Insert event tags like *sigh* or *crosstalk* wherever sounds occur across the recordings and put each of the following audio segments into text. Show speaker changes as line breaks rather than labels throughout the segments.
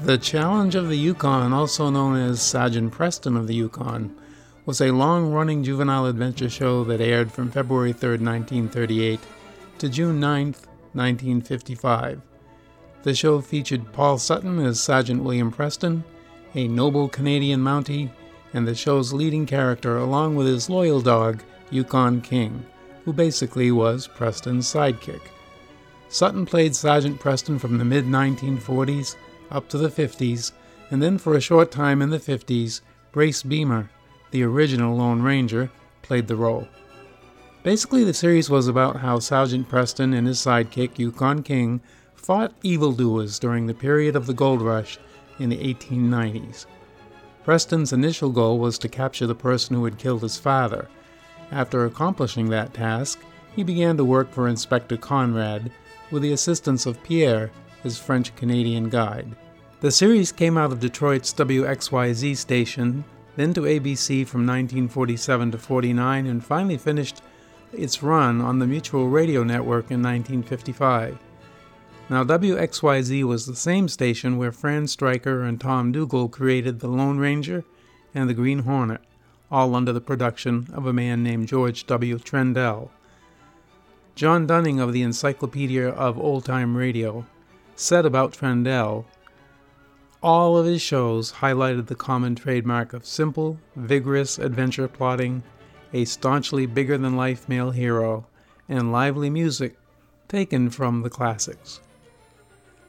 The Challenge of the Yukon, also known as Sergeant Preston of the Yukon, was a long running juvenile adventure show that aired from February 3, 1938 to June 9, 1955. The show featured Paul Sutton as Sergeant William Preston, a noble Canadian Mountie, and the show's leading character along with his loyal dog, Yukon King, who basically was Preston's sidekick. Sutton played Sergeant Preston from the mid 1940s up to the 50s, and then for a short time in the 50s, Grace Beamer, the original Lone Ranger, played the role. Basically, the series was about how Sergeant Preston and his sidekick, Yukon King, fought evildoers during the period of the gold rush in the 1890s. Preston's initial goal was to capture the person who had killed his father. After accomplishing that task, he began to work for Inspector Conrad with the assistance of Pierre, his French Canadian guide. The series came out of Detroit's WXYZ station, then to ABC from 1947 to 49, and finally finished its run on the Mutual Radio Network in 1955. Now, WXYZ was the same station where Fran Stryker and Tom Dougal created The Lone Ranger and The Green Hornet, all under the production of a man named George W. Trendell. John Dunning of the Encyclopedia of Old Time Radio said about Trendell All of his shows highlighted the common trademark of simple, vigorous adventure plotting, a staunchly bigger than life male hero, and lively music taken from the classics.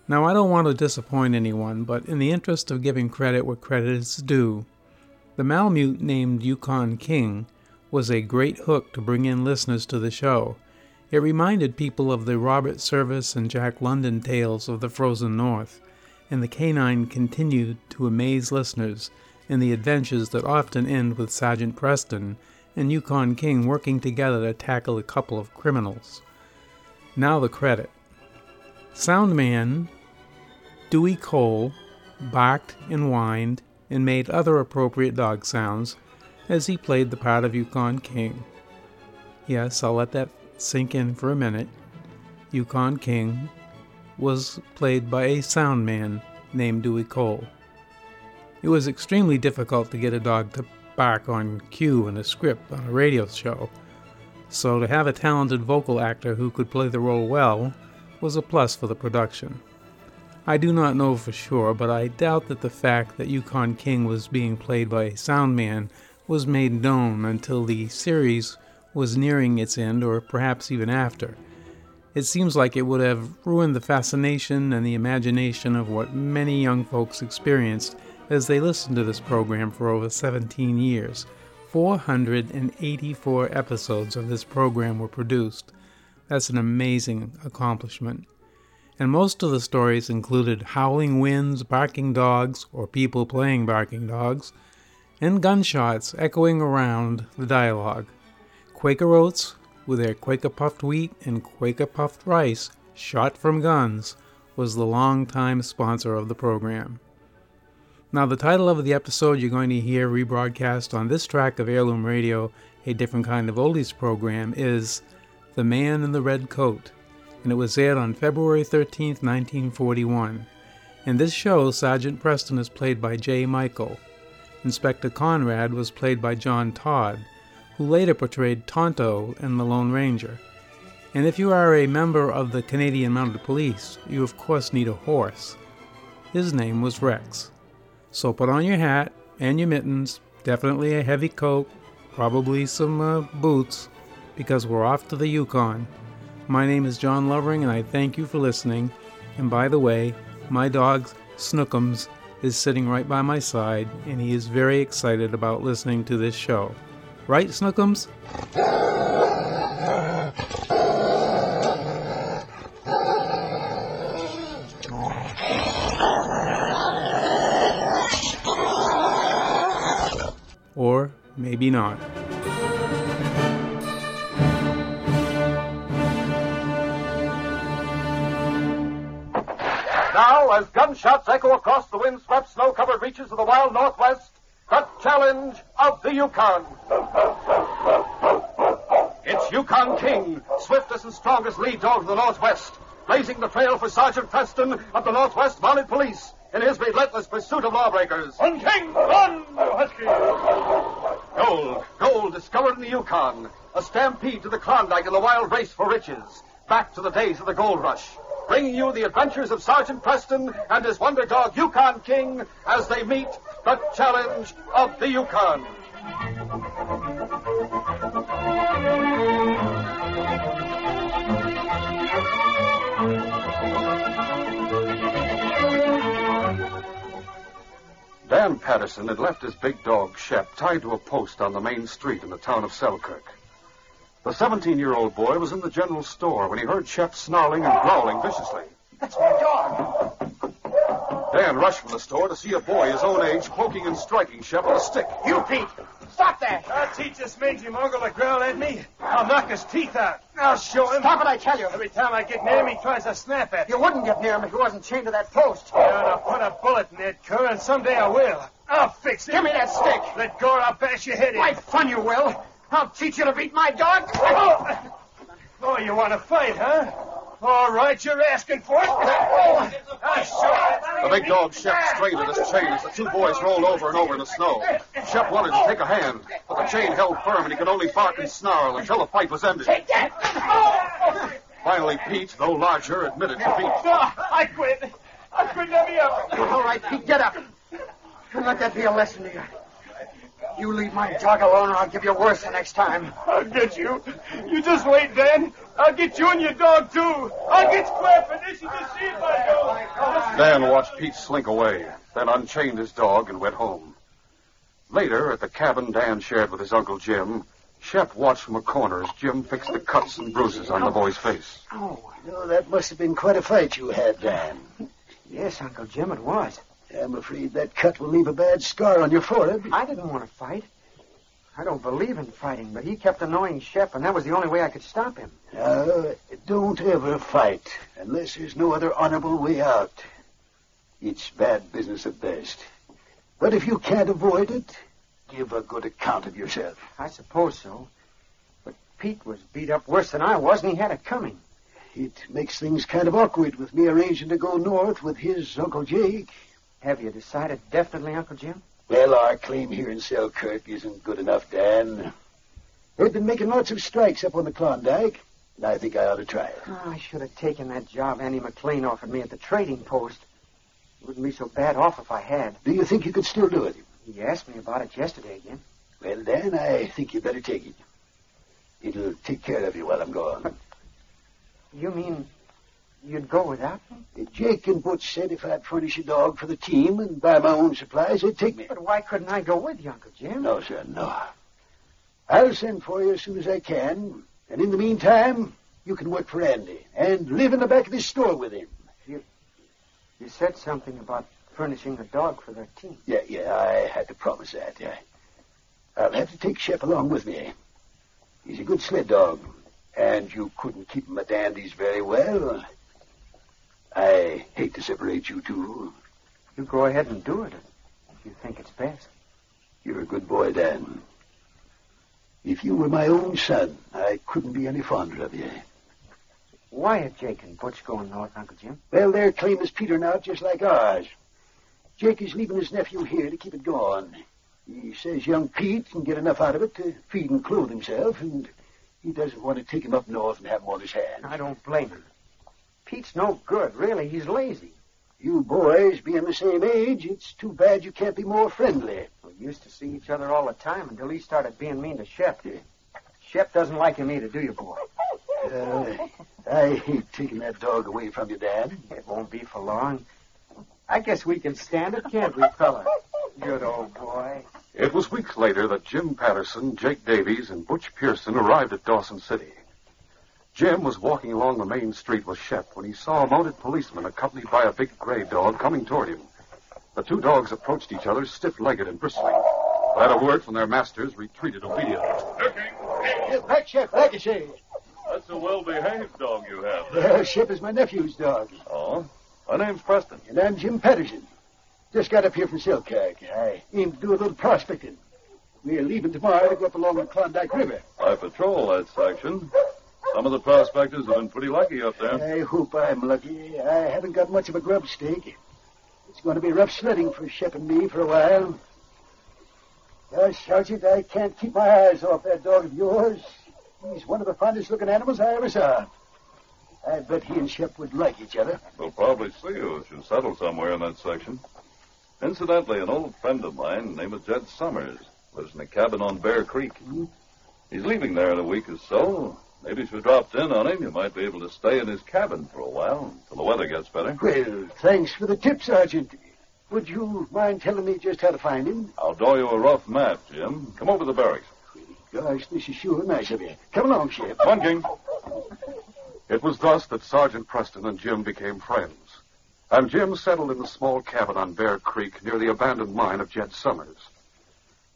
Now, I don't want to disappoint anyone, but in the interest of giving credit where credit is due, the Malamute named Yukon King was a great hook to bring in listeners to the show. It reminded people of the Robert Service and Jack London tales of the frozen north, and the canine continued to amaze listeners in the adventures that often end with Sergeant Preston and Yukon King working together to tackle a couple of criminals. Now the credit. Soundman, Dewey Cole, barked and whined and made other appropriate dog sounds as he played the part of Yukon King. Yes, I'll let that sink in for a minute. Yukon King was played by a soundman named Dewey Cole. It was extremely difficult to get a dog to bark on cue in a script on a radio show, so to have a talented vocal actor who could play the role well was a plus for the production. I do not know for sure, but I doubt that the fact that Yukon King was being played by a soundman was made known until the series was nearing its end, or perhaps even after. It seems like it would have ruined the fascination and the imagination of what many young folks experienced as they listened to this program for over 17 years. 484 episodes of this program were produced. That's an amazing accomplishment. And most of the stories included howling winds, barking dogs, or people playing barking dogs, and gunshots echoing around the dialogue. Quaker Oats, with their Quaker puffed wheat and Quaker puffed rice shot from guns, was the longtime sponsor of the program. Now, the title of the episode you're going to hear rebroadcast on this track of Heirloom Radio, a different kind of oldies program, is The Man in the Red Coat, and it was aired on February 13, 1941. In this show, Sergeant Preston is played by J. Michael. Inspector Conrad was played by John Todd, who later portrayed Tonto in The Lone Ranger. And if you are a member of the Canadian Mounted Police, you of course need a horse. His name was Rex. So put on your hat and your mittens, definitely a heavy coat, probably some uh, boots, because we're off to the Yukon. My name is John Lovering, and I thank you for listening. And by the way, my dog, Snookums, is sitting right by my side, and he is very excited about listening to this show. Right, Snookums? Or maybe not.
Now, as gunshots echo across the windswept, snow covered reaches of the wild Northwest, the challenge of the Yukon. It's Yukon King, swiftest and strongest lead dog of the Northwest, blazing the trail for Sergeant Preston of the Northwest Mounted Police. in his relentless pursuit of lawbreakers.
One king, run, Husky!
Gold, gold discovered in the Yukon. A stampede to the Klondike in the wild race for riches. Back to the days of the gold rush. Bringing you the adventures of Sergeant Preston and his wonder dog Yukon King as they meet the challenge of the Yukon. Dan Patterson had left his big dog, Shep, tied to a post on the main street in the town of Selkirk. The 17 year old boy was in the general store when he heard Shep snarling and growling viciously.
That's my dog.
Dan rushed from the store to see a boy his own age poking and striking Shep with a stick.
You, Pete! Stop that!
I'll teach this mangy mongrel to growl at me. I'll knock his teeth out. I'll show him.
Stop it, I tell you.
Every time I get near him, he tries to snap at me.
You wouldn't get near him if he wasn't chained to that post.
Yeah, and I'll put a bullet in that cur, and someday I will. I'll fix it.
Give me that stick.
Let go, or I'll bash your head in. *laughs*
Right fun you will. I'll teach you to beat my dog.
Oh, oh you want to fight, huh? All right, you're asking for it. Oh,
the big dog Shep strained at his chain as the two boys rolled over and over in the snow. Shep wanted to take a hand, but the chain held firm and he could only bark and snarl until the fight was ended.
Take that!
Finally, Pete, though larger, admitted defeat.
No, *laughs* I quit. I quit. Let me up.
All right, Pete, get up. And let that be a lesson to you. You leave my dog alone, or I'll give you worse the next time.
I'll get you. You just wait, Dan. I'll get you and your dog, too. I'll get square for this. You just see if I
go. Dan watched Pete slink away, then unchained his dog and went home. Later, at the cabin Dan shared with his Uncle Jim, Shep watched from a corner as Jim fixed the cuts and bruises on the boy's face.
Oh, no, that must have been quite a fight you had, Dan.
Yes, Uncle Jim, it was.
I'm afraid that cut will leave a bad scar on your forehead.
I didn't want to fight. I don't believe in fighting, but he kept annoying Shep, and that was the only way I could stop him.
Uh, don't ever fight unless there's no other honorable way out. It's bad business at best. But if you can't avoid it, give a good account of yourself.
I suppose so. But Pete was beat up worse than I was, and he had it coming.
It makes things kind of awkward with me arranging to go north with his Uncle Jake.
Have you decided definitely, Uncle Jim?
Well, our claim here in Selkirk isn't good enough, Dan. We've been making lots of strikes up on the Klondike, and I think I ought to try it.
Oh, I should have taken that job Andy McLean offered me at the trading post. It wouldn't be so bad off if I had.
Do you think you could still do it?
He asked me about it yesterday again.
Well, Dan, I think you better take it. It'll take care of you while I'm gone. But
you mean You'd go without me?
Jake and Butch said if I'd furnish a dog for the team and buy my own supplies, they'd take me.
But why couldn't I go with you, Uncle Jim?
No, sir, no. I'll send for you as soon as I can, and in the meantime, you can work for Andy and live in the back of this store with him.
You, you said something about furnishing a dog for their team.
Yeah, yeah, I had to promise that. Yeah. I'll have to take Shep along with me. He's a good sled dog, and you couldn't keep him at Andy's very well. I hate to separate you two.
You go ahead and do it if you think it's best.
You're a good boy, Dan. If you were my own son, I couldn't be any fonder of you.
Why are Jake and Butch going north, Uncle Jim?
Well, their claim is petering out just like ours. Jake is leaving his nephew here to keep it going. He says young Pete can get enough out of it to feed and clothe himself, and he doesn't want to take him up north and have him on his hands.
I don't blame him. Pete's no good, really. He's lazy.
You boys being the same age, it's too bad you can't be more friendly.
We used to see each other all the time until he started being mean to Shep. Yeah. Shep doesn't like him either, do you, boy?
Uh, I hate taking that dog away from you, Dad.
It won't be for long. I guess we can stand it, can't we, fella? Good old boy.
It was weeks later that Jim Patterson, Jake Davies, and Butch Pearson arrived at Dawson City. Jim was walking along the main street with Shep when he saw a mounted policeman accompanied by a big gray dog coming toward him. The two dogs approached each other, stiff-legged and bristling. Without a word from their masters, retreated obediently.
Looking.
Back, Shep, back, say.
That's a well-behaved dog you have.
There. Uh, Shep is my nephew's dog.
Oh? My name's Preston.
And I'm Jim Patterson. Just got up here from Silkirk. I aim to do a little prospecting. We're leaving tomorrow to go up along the Klondike River.
I patrol that section. Some of the prospectors have been pretty lucky up there.
I hope I'm lucky. I haven't got much of a grub stake. It's going to be rough sledding for Shep and me for a while. Uh, Sergeant, I can't keep my eyes off that dog of yours. He's one of the finest looking animals I ever saw. I bet he and Shep would like each other.
We'll probably see you if you settle somewhere in that section. Incidentally, an old friend of mine named Jed Summers lives in a cabin on Bear Creek. He's leaving there in a week or so. Maybe if you dropped in on him, you might be able to stay in his cabin for a while until the weather gets better.
Well, thanks for the tip, Sergeant. Would you mind telling me just how to find him?
I'll draw you a rough map, Jim. Come over to the barracks.
Gosh, this is sure nice of you. Come along, Shep.
Come on, King.
It was thus that Sergeant Preston and Jim became friends. And Jim settled in the small cabin on Bear Creek near the abandoned mine of Jed Summers.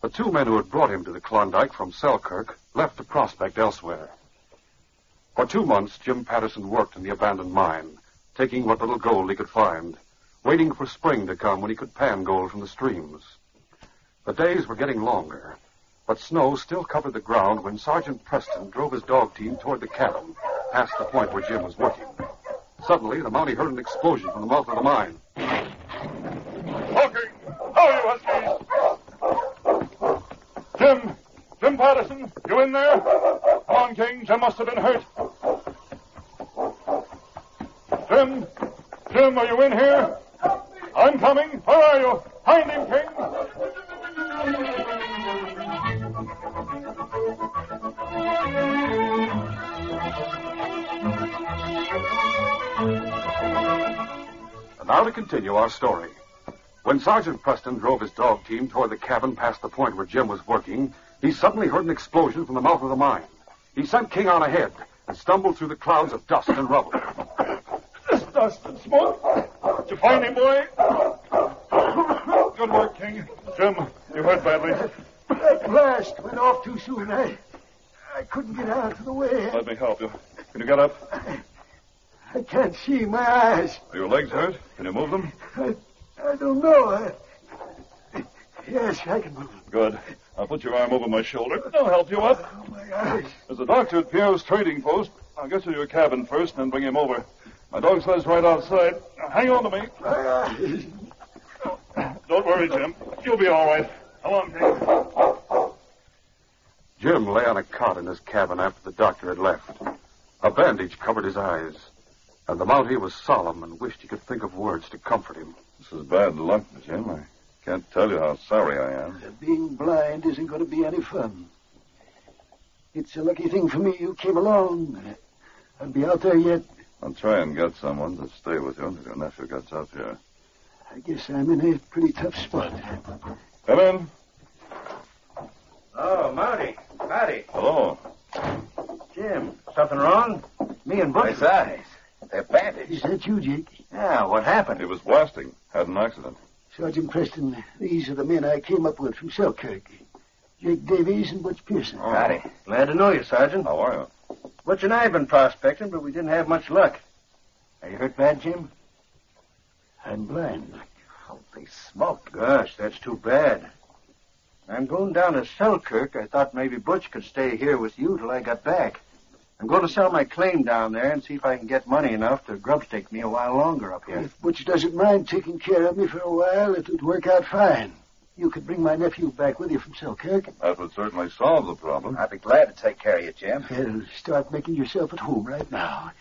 The two men who had brought him to the Klondike from Selkirk left to prospect elsewhere. For two months, Jim Patterson worked in the abandoned mine, taking what little gold he could find, waiting for spring to come when he could pan gold from the streams. The days were getting longer, but snow still covered the ground when Sergeant Preston drove his dog team toward the cabin, past the point where Jim was working. Suddenly, the Mountie heard an explosion from the mouth of the mine.
Hawking, how are you, Huskies? Jim, Jim Patterson, you in there? Come on, King, Jim must have been hurt. Jim, Jim, are you in here? I'm coming. Where are you? Find him, King.
And now to continue our story. When Sergeant Preston drove his dog team toward the cabin past the point where Jim was working, he suddenly heard an explosion from the mouth of the mine. He sent King on ahead and stumbled through the clouds of dust and rubble.
This dust and smoke. Did you find him, boy? Good work, King. Jim, you hurt badly.
That blast went off too soon. I, I couldn't get out of the way.
Let me help you. Can you get up?
I can't see my eyes.
Are your legs hurt? Can you move them?
I, I don't know. Oh, I- yes, I can move.
Good. I'll put your arm over my shoulder. I'll help you up.
Oh, my eyes.
There's a doctor at Pierre's trading post. I'll get you to your cabin first and then bring him over. My dog sled's right outside. Now, hang on to me.
My eyes.
Don't worry, Jim. You'll be all right. Come on, King.
Jim lay on a cot in his cabin after the doctor had left. A bandage covered his eyes, and the Mountie was solemn and wished he could think of words to comfort him.
This is bad luck, Jim. I can't tell you how sorry I am.
Being blind isn't going to be any fun. It's a lucky thing for me you came along. I'll be out there yet.
I'll try and get someone to stay with you until your nephew gets up here.
I guess I'm in a pretty tough spot.
Come in.
Oh, Marty. Marty.
Hello.
Jim. Something wrong? Me and Butch. His eyes. They're bandaged.
Is that you, Jake?
Yeah, what
He
happened?
was blasting. Had an accident.
Sergeant Preston, these are the men I came up with from Selkirk. Jake Davies and Butch Pearson.
Oh.
Marty. Glad to know you, Sergeant.
How are you?
Butch and I have been prospecting, but we didn't have much luck. Are you hurt bad, Jim?
I'm blind.
Holy smoke. Gosh, that's too bad. I'm going down to Selkirk. I thought maybe Butch could stay here with you till I got back. I'm going to sell my claim down there and see if I can get money enough to grubstake me a while longer up here.
If Butch doesn't mind taking care of me for a while, it would work out fine. You could bring my nephew back with you from Selkirk.
That would certainly solve the problem.
I'd be glad to take care of you, Jim.
Well, start making yourself at home right now.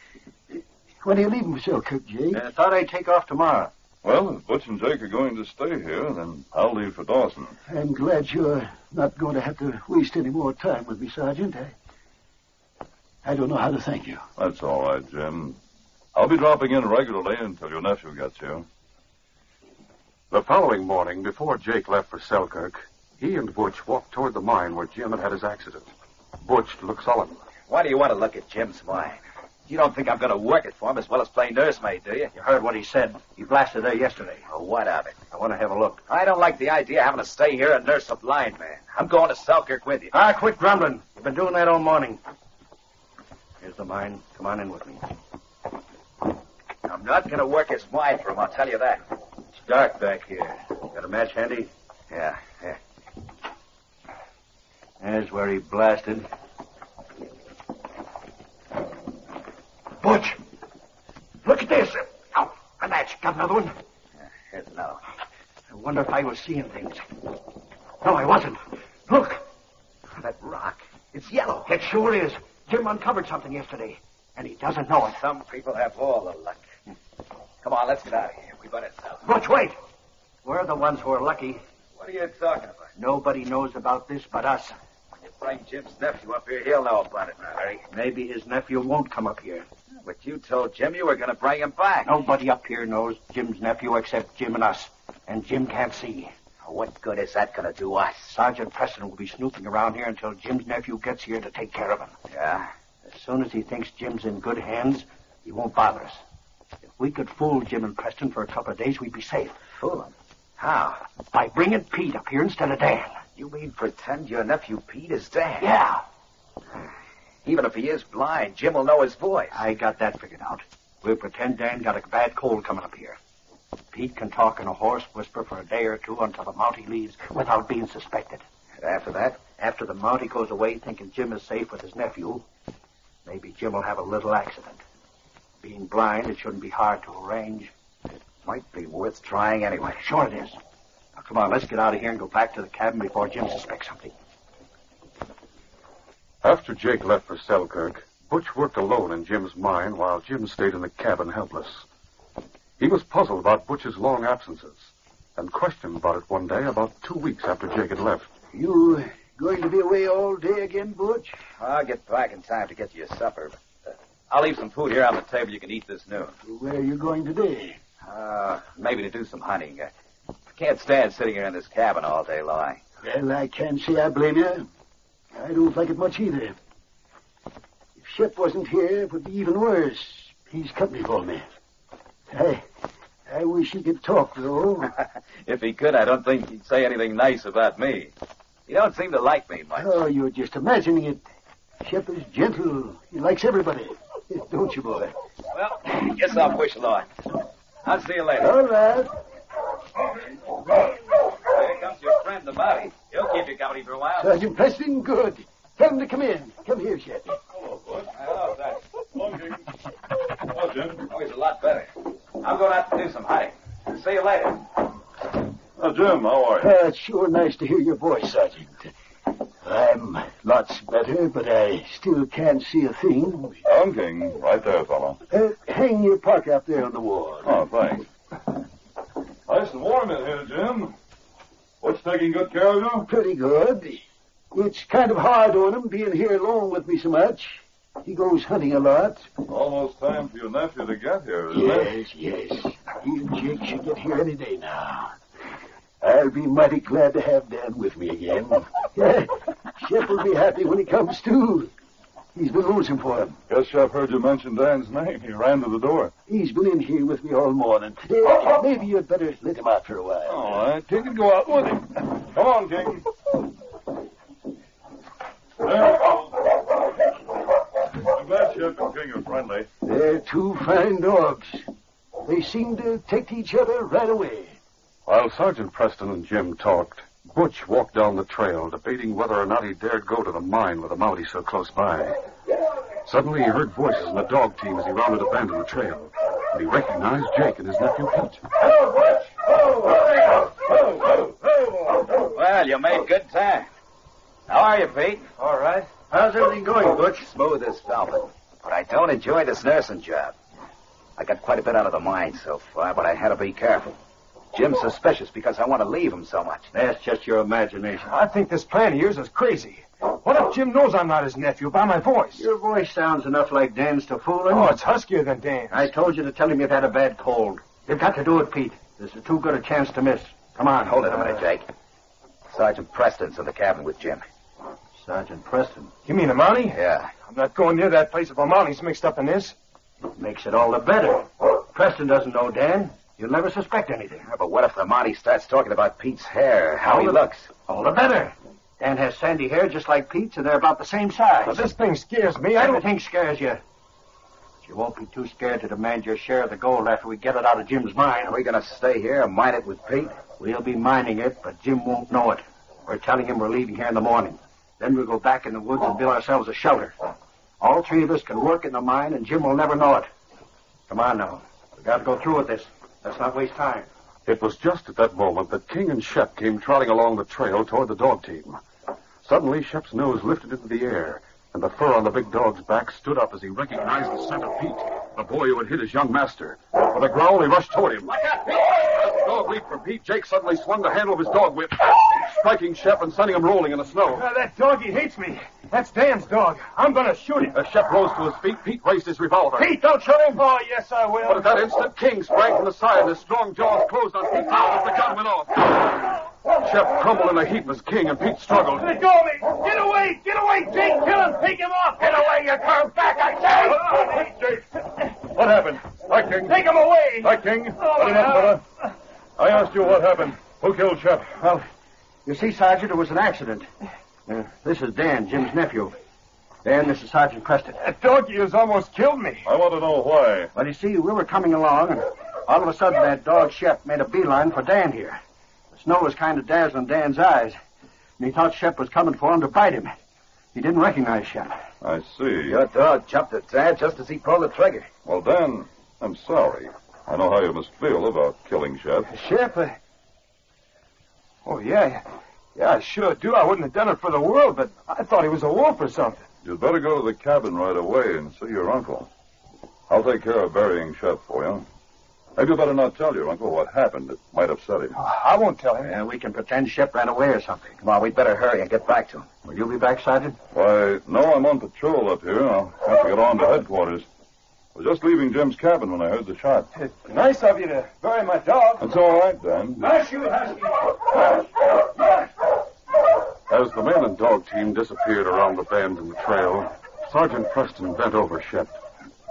When are you leaving for Selkirk, Jake?
I thought I'd take off tomorrow.
Well, if Butch and Jake are going to stay here, then I'll leave for Dawson.
I'm glad you're not going to have to waste any more time with me, Sergeant. I, I don't know how to thank you.
That's all right, Jim. I'll be dropping in regularly until your nephew gets here.
The following morning, before Jake left for Selkirk, he and Butch walked toward the mine where Jim had had his accident. Butch looked solemn.
Why do you want to look at Jim's mind? You don't think I'm going to work it for him as well as play nursemaid, do you? You heard what he said. He blasted her yesterday. Oh, what of it? I want to have a look. I don't like the idea of having to stay here and nurse a blind man. I'm going to Selkirk with you. Ah, quit grumbling. You've been doing that all morning. Here's the mine. Come on in with me. I'm not going to work his mind for him, I'll tell you that. It's dark back here. Got a match handy? Yeah, yeah. There's where he blasted. Butch! Look at this! Oh, a match. Got another one? Here's another. now. I wonder if I was seeing things. No, I wasn't. Look. That rock. It's yellow. It sure is. Jim uncovered something yesterday, and he doesn't know it. Some people have all the luck. Come on, let's get out of here. We better tell. Butch, wait. We're the ones who are lucky. What are you talking about? Nobody knows about this but us. When you bring Jim's nephew up here, he'll know about it, Larry. Maybe his nephew won't come up here. But you told Jim you were going to bring him back. Nobody up here knows Jim's nephew except Jim and us. And Jim can't see. What good is that going to do us? Sergeant Preston will be snooping around here until Jim's nephew gets here to take care of him. Yeah. As soon as he thinks Jim's in good hands, he won't bother us. If we could fool Jim and Preston for a couple of days, we'd be safe. Fool him? How? Ah, By bringing Pete up here instead of Dan. You mean pretend your nephew Pete is Dan? Yeah. Even if he is blind, Jim will know his voice. I got that figured out. We'll pretend Dan got a bad cold coming up here. Pete can talk in a hoarse whisper for a day or two until the Mountie leaves without being suspected. And after that? After the Mountie goes away thinking Jim is safe with his nephew, maybe Jim will have a little accident. Being blind, it shouldn't be hard to arrange. It might be worth trying anyway. Sure it is. Now, come on, let's get out of here and go back to the cabin before Jim suspects something.
After Jake left for Selkirk, Butch worked alone in Jim's mine while Jim stayed in the cabin helpless. He was puzzled about Butch's long absences and questioned about it one day about two weeks after Jake had left.
You going to be away all day again, Butch?
I'll get back in time to get you your supper. But, uh, I'll leave some food here on the table you can eat this noon.
Where are you going today?
Uh, maybe to do some hunting. Uh, I can't stand sitting here in this cabin all day long. *laughs*
Well, I can't say I blame you. I don't like it much either. If Shep wasn't here, it would be even worse. He's company for me. I, I wish he could talk,
*laughs*
though.
if he could, I don't think he'd say anything nice about me. He don't seem to like me much.
Oh, you're just imagining it. Shep is gentle. He likes everybody. *laughs* Don't you, boy?
Well, guess I'll push along. I'll see you later.
All right.
Here comes your friend, the Mountie. He'll keep you company for a while.
Sergeant Preston, Uh, good. Tell him to come in. Come here, Shep.
Hello, thanks. Oh, he's a lot better. I'm going out to do some hunting. See you later.
Now, Jim, how are you?
Uh, it's sure nice to hear your voice, Sergeant. I'm lots better, but I still can't see a thing.
Honking. Right there, fellow.
Uh, hang your park out there on the wall.
Oh, thanks. Nice and warm in here, Jim. What's taking good care of you?
Pretty good. It's kind of hard on him being here alone with me so much. He goes hunting a lot.
Almost time for your nephew to get here, isn't it?
Yes, yes. He and Jake should get here any day now. I'll be mighty glad to have Dan with me again. *laughs* Yeah, Shep will be happy when he comes too. He's been losing for him.
Guess Chef heard you mention Dan's name. He ran to the door.
He's been in here with me all morning. Eh, Maybe you'd better let him out for a while.
All right, King can go out with Oh, eh? him. Come on, King. There. I'm glad Chef and King are friendly.
They're two fine dogs. They seem to take to each other right away.
While Sergeant Preston and Jim talked, Butch walked down the trail, debating whether or not he dared go to the mine with a Mountie so close by. Suddenly, he heard voices in the dog team as he rounded a bend in the trail, and he recognized Jake and his nephew Pete.
Well, you made good time. How are you, Pete? All right. How's everything going, Butch? Smooth as velvet. But I don't enjoy this nursing job. I got quite a bit out of the mine so far, but I had to be careful. Jim's suspicious because I want to leave him so much. That's just your imagination.
I think this plan of yours is crazy. What if Jim knows I'm not his nephew by my voice?
Your voice sounds enough like Dan's to fool him.
Oh, it's huskier than Dan.
I told you to tell him you've had a bad cold. You've got to do it, Pete. This is too good a chance to miss. Come on. Hold it a minute, Jake. Sergeant Preston's in the cabin with Jim. Sergeant Preston?
You mean Amani?
Yeah.
I'm not going near that place if Amani's mixed up in this.
Makes it all the better. Preston doesn't know Dan. You'll never suspect anything. but what if the Monty starts talking about Pete's hair, how he looks? All the better. Dan has sandy hair just like Pete's, and they're about the same size.
Now, this thing scares me. I don't *laughs*
Everything scares you. But You won't be too scared to demand your share of the gold after we get it out of Jim's mine. Are we going to stay here and mine it with Pete? We'll be mining it, but Jim won't know it. We're telling him we're leaving here in the morning. Then we'll go back in the woods and build ourselves a shelter. All three of us can work in the mine, and Jim will never know it. Come on now. We got to go through with this. Let's not waste time.
It was just at that moment that King and Shep came trotting along the trail toward the dog team. Suddenly, Shep's nose lifted into the air, and the fur on the big dog's back stood up as he recognized the scent of Pete, the boy who had hit his young master. With a growl, he rushed toward him. Look out, Pete! As the dog leaped from Pete, Jake suddenly swung the handle of his dog whip, striking Shep and sending him rolling in the snow.
Ah, that doggy hates me. That's Dan's dog. I'm gonna shoot him.
As Shep rose to his feet, Pete raised his revolver.
Pete, don't shoot him. Oh, yes, I
*laughs*
will.
But at that instant, King sprang from the side, and his strong jaws closed on Pete's mouth as the gun went off. Shep crumbled in a heap as King and Pete struggled.
Let go of me! Get away! Get away, Jake! Kill him! Take him off! Get away, you come back, I say!
What happened? Hi, King.
Take him away!
Hi, King.
Oh, Let him up, fella.
I asked you what happened. Who killed Shep?
Well, you see, Sergeant, it was an accident. Uh, this is Dan, Jim's nephew. Dan, this is Sergeant Preston.
That doggy has almost killed me.
I want to know why.
Well, you see, we were coming along, and all of a sudden that dog Shep made a beeline for Dan here. The snow was kind of dazzling Dan's eyes, and he thought Shep was coming for him to bite him. He didn't recognize Shep.
I see.
dog jumped at Dan just as he pulled the trigger.
Well, Dan, I'm sorry. I know how you must feel about killing Shep.
Shep, uh... Oh, yeah. Yeah, I sure do. I wouldn't have done it for the world, but I thought he was a wolf or something.
You'd better go to the cabin right away and see your uncle. I'll take care of burying Shep for you. Maybe you better not tell your uncle what happened. It might upset him.
I won't tell him.
Yeah, we can pretend Shep ran away or something. Come on, we'd better hurry and get back to him. Will you be back, Sergeant?
Why, no, I'm on patrol up here. I'll have to get on to headquarters. I was just leaving Jim's cabin when I heard the shot.
It's nice of you to bury my dog.
That's all right, Dan.
Hush, you husky.
As the man and dog team disappeared around the bend in the trail, Sergeant Preston bent over Shep.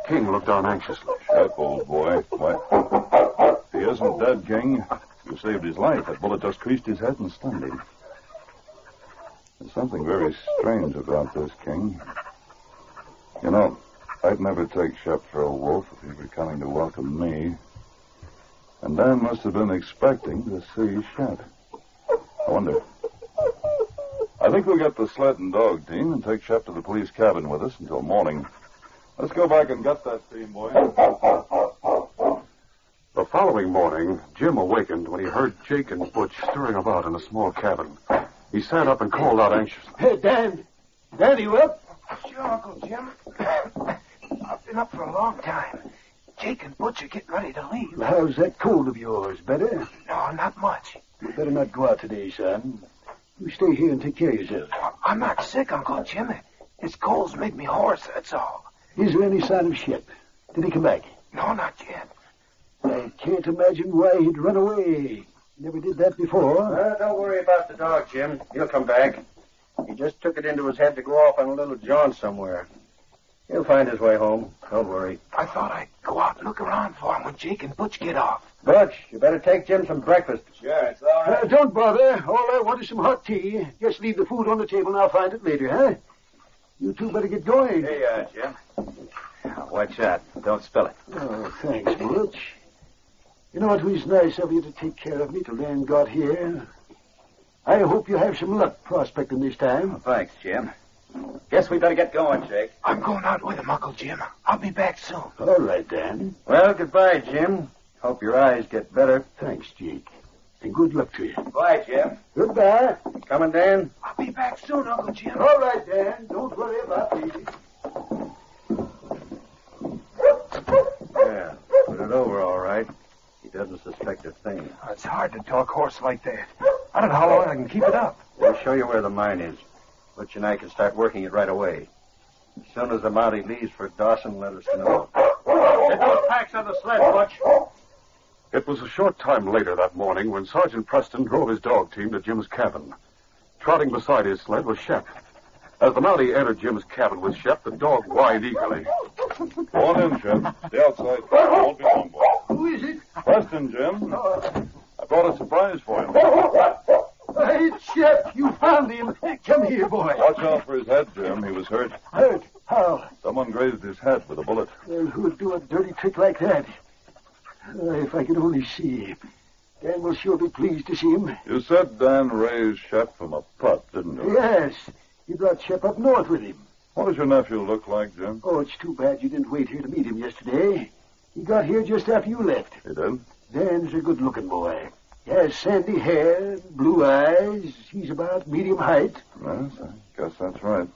King looked on anxiously.
Shep, old boy. Why, he isn't dead, King. You saved his life. That bullet just creased his head and stunned him. There's something very strange about this, King. You know, I'd never take Shep for a wolf if he were coming to welcome me. And Dan must have been expecting to see Shep. I wonder. I think we'll get the sled and dog team and take Shep to the police cabin with us until morning. Let's go back and get that team, boy.
The following morning, Jim awakened when he heard Jake and Butch stirring about in a small cabin. He sat up and called out anxiously.
Hey, Dan. Dan, you up?
Sure, Uncle Jim. I've been up for a long time. Jake and Butch are getting ready to leave.
How's that cold of yours? Better?
No, not much.
You better not go out today, son. You stay here and take care of yourself.
I'm not sick, Uncle Jim. His cold's made me hoarse, that's all.
Is there any sign of Shep? Did he come back?
No, not yet.
I can't imagine why he'd run away. Never did that before.
Uh, don't worry about the dog, Jim. He'll come back. He just took it into his head to go off on a little jaunt somewhere. He'll find his way home. Don't worry.
I thought I'd go out and look around for him when Jake and Butch get off.
Butch, you better take Jim some breakfast.
Sure, it's all right. Uh, don't bother. All I want is some hot tea. Just leave the food on the table and I'll find it later, huh? You two better get going.
Here you are, Jim. Watch out. Don't spill it.
Oh, thanks, Butch. You know, it was nice of you to take care of me till Dan got here. I hope you have some luck prospecting this time.
Thanks, Jim. Guess we better get going, Jake.
I'm going out with him, Uncle Jim. I'll be back soon.
All right, Dan.
Well, goodbye, Jim. Hope your eyes get better.
Thanks, Jake. And good luck to you.
Bye, Jim.
Goodbye.
Coming, Dan?
I'll be back soon, Uncle Jim.
All right, Dan. Don't worry about me.
Yeah. Put it over all right. He doesn't suspect a thing.
It's hard to talk horse like that. I don't know how long I can keep it up.
We'll show you where the mine is. Butch and I can start working it right away. As soon as the Mountie leaves for Dawson, let us know. Get those packs on the sled, Butch.
It was a short time later that morning when Sergeant Preston drove his dog team to Jim's cabin. Trotting beside his sled was Shep. As the Mountie entered Jim's cabin with Shep, the dog whined eagerly.
Go on in, Jim. The outside door won't be long, boy.
Who is it?
Preston, Jim.
Oh,
I brought a surprise for you.
hey, Shep, you found him. Come here, boy.
Watch out for his head, Jim. He was hurt.
Hurt. How?
Someone grazed his head with a bullet.
Well, who'd do a dirty trick like that? Oh, if I could only see him. Dan will sure be pleased to see him.
You said Dan raised Shep from a pup, didn't you?
Yes. He brought Shep up north with him.
What does your nephew look like, Jim?
Oh, it's too bad you didn't wait here to meet him yesterday. He got here just after you left.
He did.
Dan's a good looking boy. He has sandy hair, blue eyes. He's about medium height.
Yes, I guess that's right.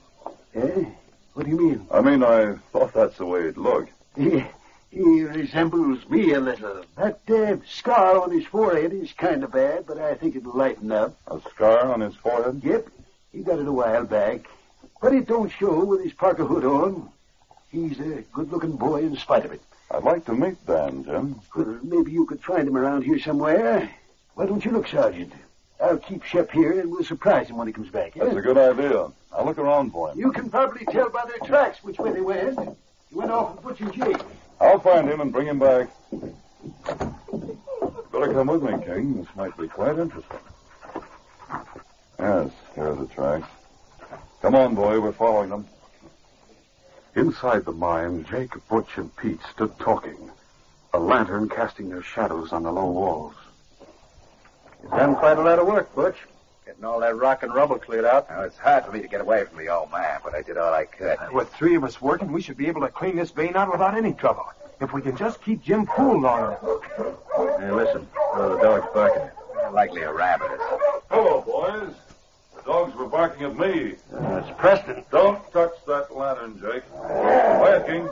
Eh? What do you mean?
I mean, I thought that's the way it looked.
He, he resembles me a little. That uh, scar on his forehead is kind of bad, but I think it'll lighten up.
A scar on his forehead?
Yep, he got it a while back. But it don't show with his parka hood on. He's a good-looking boy in spite of it.
I'd like to meet Dan, Jim.
Well, maybe you could find him around here somewhere. Why don't you look, Sergeant? I'll keep Shep here, and we'll surprise him when he comes back. eh?
That's a good idea. I'll look around for him.
You can probably tell by their tracks which way they went. He went off with Butcher Jake.
I'll find him and bring him back. Better come with me, King. This might be quite interesting. Yes, here are the tracks. Come on, boy. We're following them.
Inside the mine, Jake, Butch, and Pete stood talking, a lantern casting their shadows on the low walls.
You've done quite a lot of work, Butch. Getting all that rock and rubble cleared out. Now, it's hard for me to get away from the old man, but I did all I could.
With three of us working, we should be able to clean this vein out without any trouble. If we can just keep Jim cool long enough.
Hey, listen. Oh, the dog's barking. Likely a rabbit. or something.
Hello, boys. The dogs were barking at me.
That's Preston.
Don't touch that lantern, Jake. Quiet, King.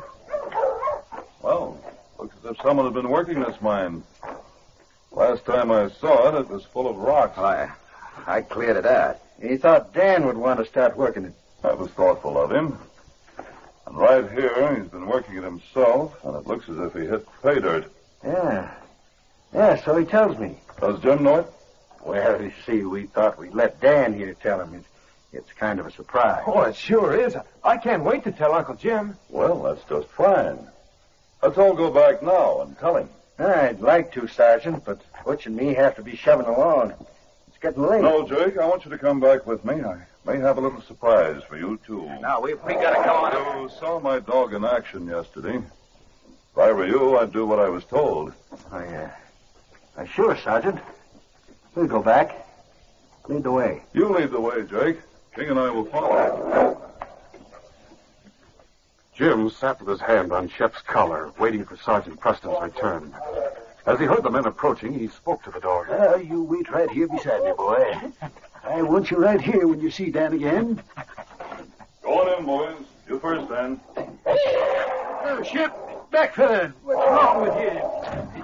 Well, looks as if someone had been working this mine. Last time I saw it, it was full of rocks.
I, I cleared it out. He thought Dan would want to start working it.
That was thoughtful of him. And right here, he's been working it himself, and it looks as if he hit pay dirt.
Yeah. Yeah, so he tells me.
Does Jim know it?
Well, you see, we thought we'd let Dan here tell him. It, it's kind of a surprise.
Oh, it sure is. I can't wait to tell Uncle Jim.
Well, that's just fine. Let's all go back now and tell him.
I'd like to, Sergeant, but Butch and me have to be shoving along. It's getting late.
No, Jake, I want you to come back with me. I may have a little surprise for you, too.
Now, we, we gotta go on.
You saw my dog in action yesterday. If I were you, I'd do what I was told.
Oh, yeah. Uh, sure, Sergeant. We'll go back. Lead the way.
You lead the way, Jake. King and I will follow.
Jim sat with his hand on Shep's collar, waiting for Sergeant Preston's return. As he heard the men approaching, he spoke to the dog.
Well, you wait right here beside me, boy. I want you right here when you see Dan again.
Go on in, boys. You first, then.
Oh, Ship, back fella. What's wrong with you?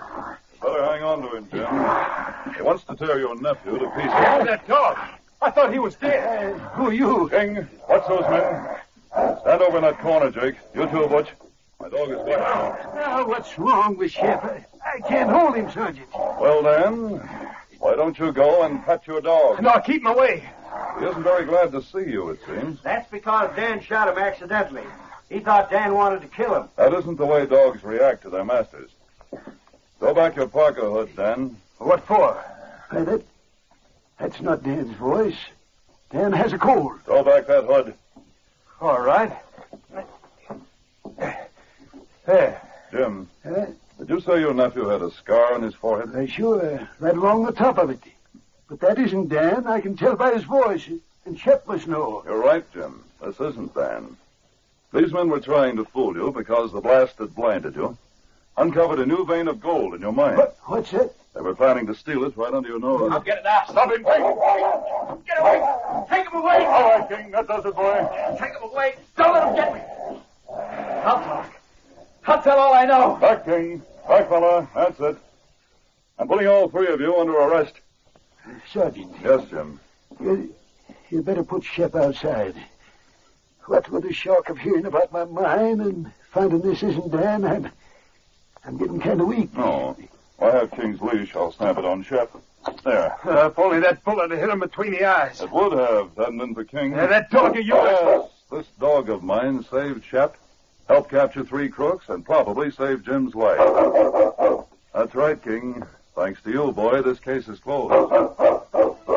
Better hang on to him, Jim. He wants to tear your nephew to pieces.
That dog. I thought he was dead.
Who are you?
King, watch those men. Stand over in that corner, Jake. You too, Butch. My dog is watching.
Now, what's wrong with Shep? I, I can't hold him, Sergeant.
Well, Dan, why don't you go and pat your dog?
No, keep him away.
He isn't very glad to see you, it seems.
That's because Dan shot him accidentally. He thought Dan wanted to kill him.
That isn't the way dogs react to their masters. Throw back your parka hood, Dan.
What for?
Why, that, that's not Dan's voice. Dan has a cold.
Throw back that hood.
All right. There.
Jim,
Eh?
Huh?
did you say your nephew had a scar on his forehead?
Uh, sure, right along the top of it. But that isn't Dan. I can tell by his voice. And Shep must know.
You're right, Jim. This isn't Dan. These men were trying to fool you because the blast that blinded you uncovered a new vein of gold in your mine.
What? What's that?
They were planning to steal it right under your nose.
I'll get it now.
Stop him, King!
Get away! Take him away!
All right, King, that does it, boy.
Take him away! Don't let him get me! I'll talk. I'll tell all I know.
Back, King. Back, fella. That's it. I'm putting all three of you under arrest.
Sergeant,
Yes, Jim.
you, you better put Shep outside. What with the shock of hearing about my mine and finding this isn't Dan, I'm, I'm getting kind of weak.
No. I have King's leash. I'll snap it on Shep. There.
Uh, if only that bullet had hit him between the eyes.
It would have, if it hadn't been for King.
Yeah, that dog of yours.
Yes, this dog of mine saved Shep, helped capture three crooks, and probably saved Jim's life. That's right, King. Thanks to you, boy, this case is closed.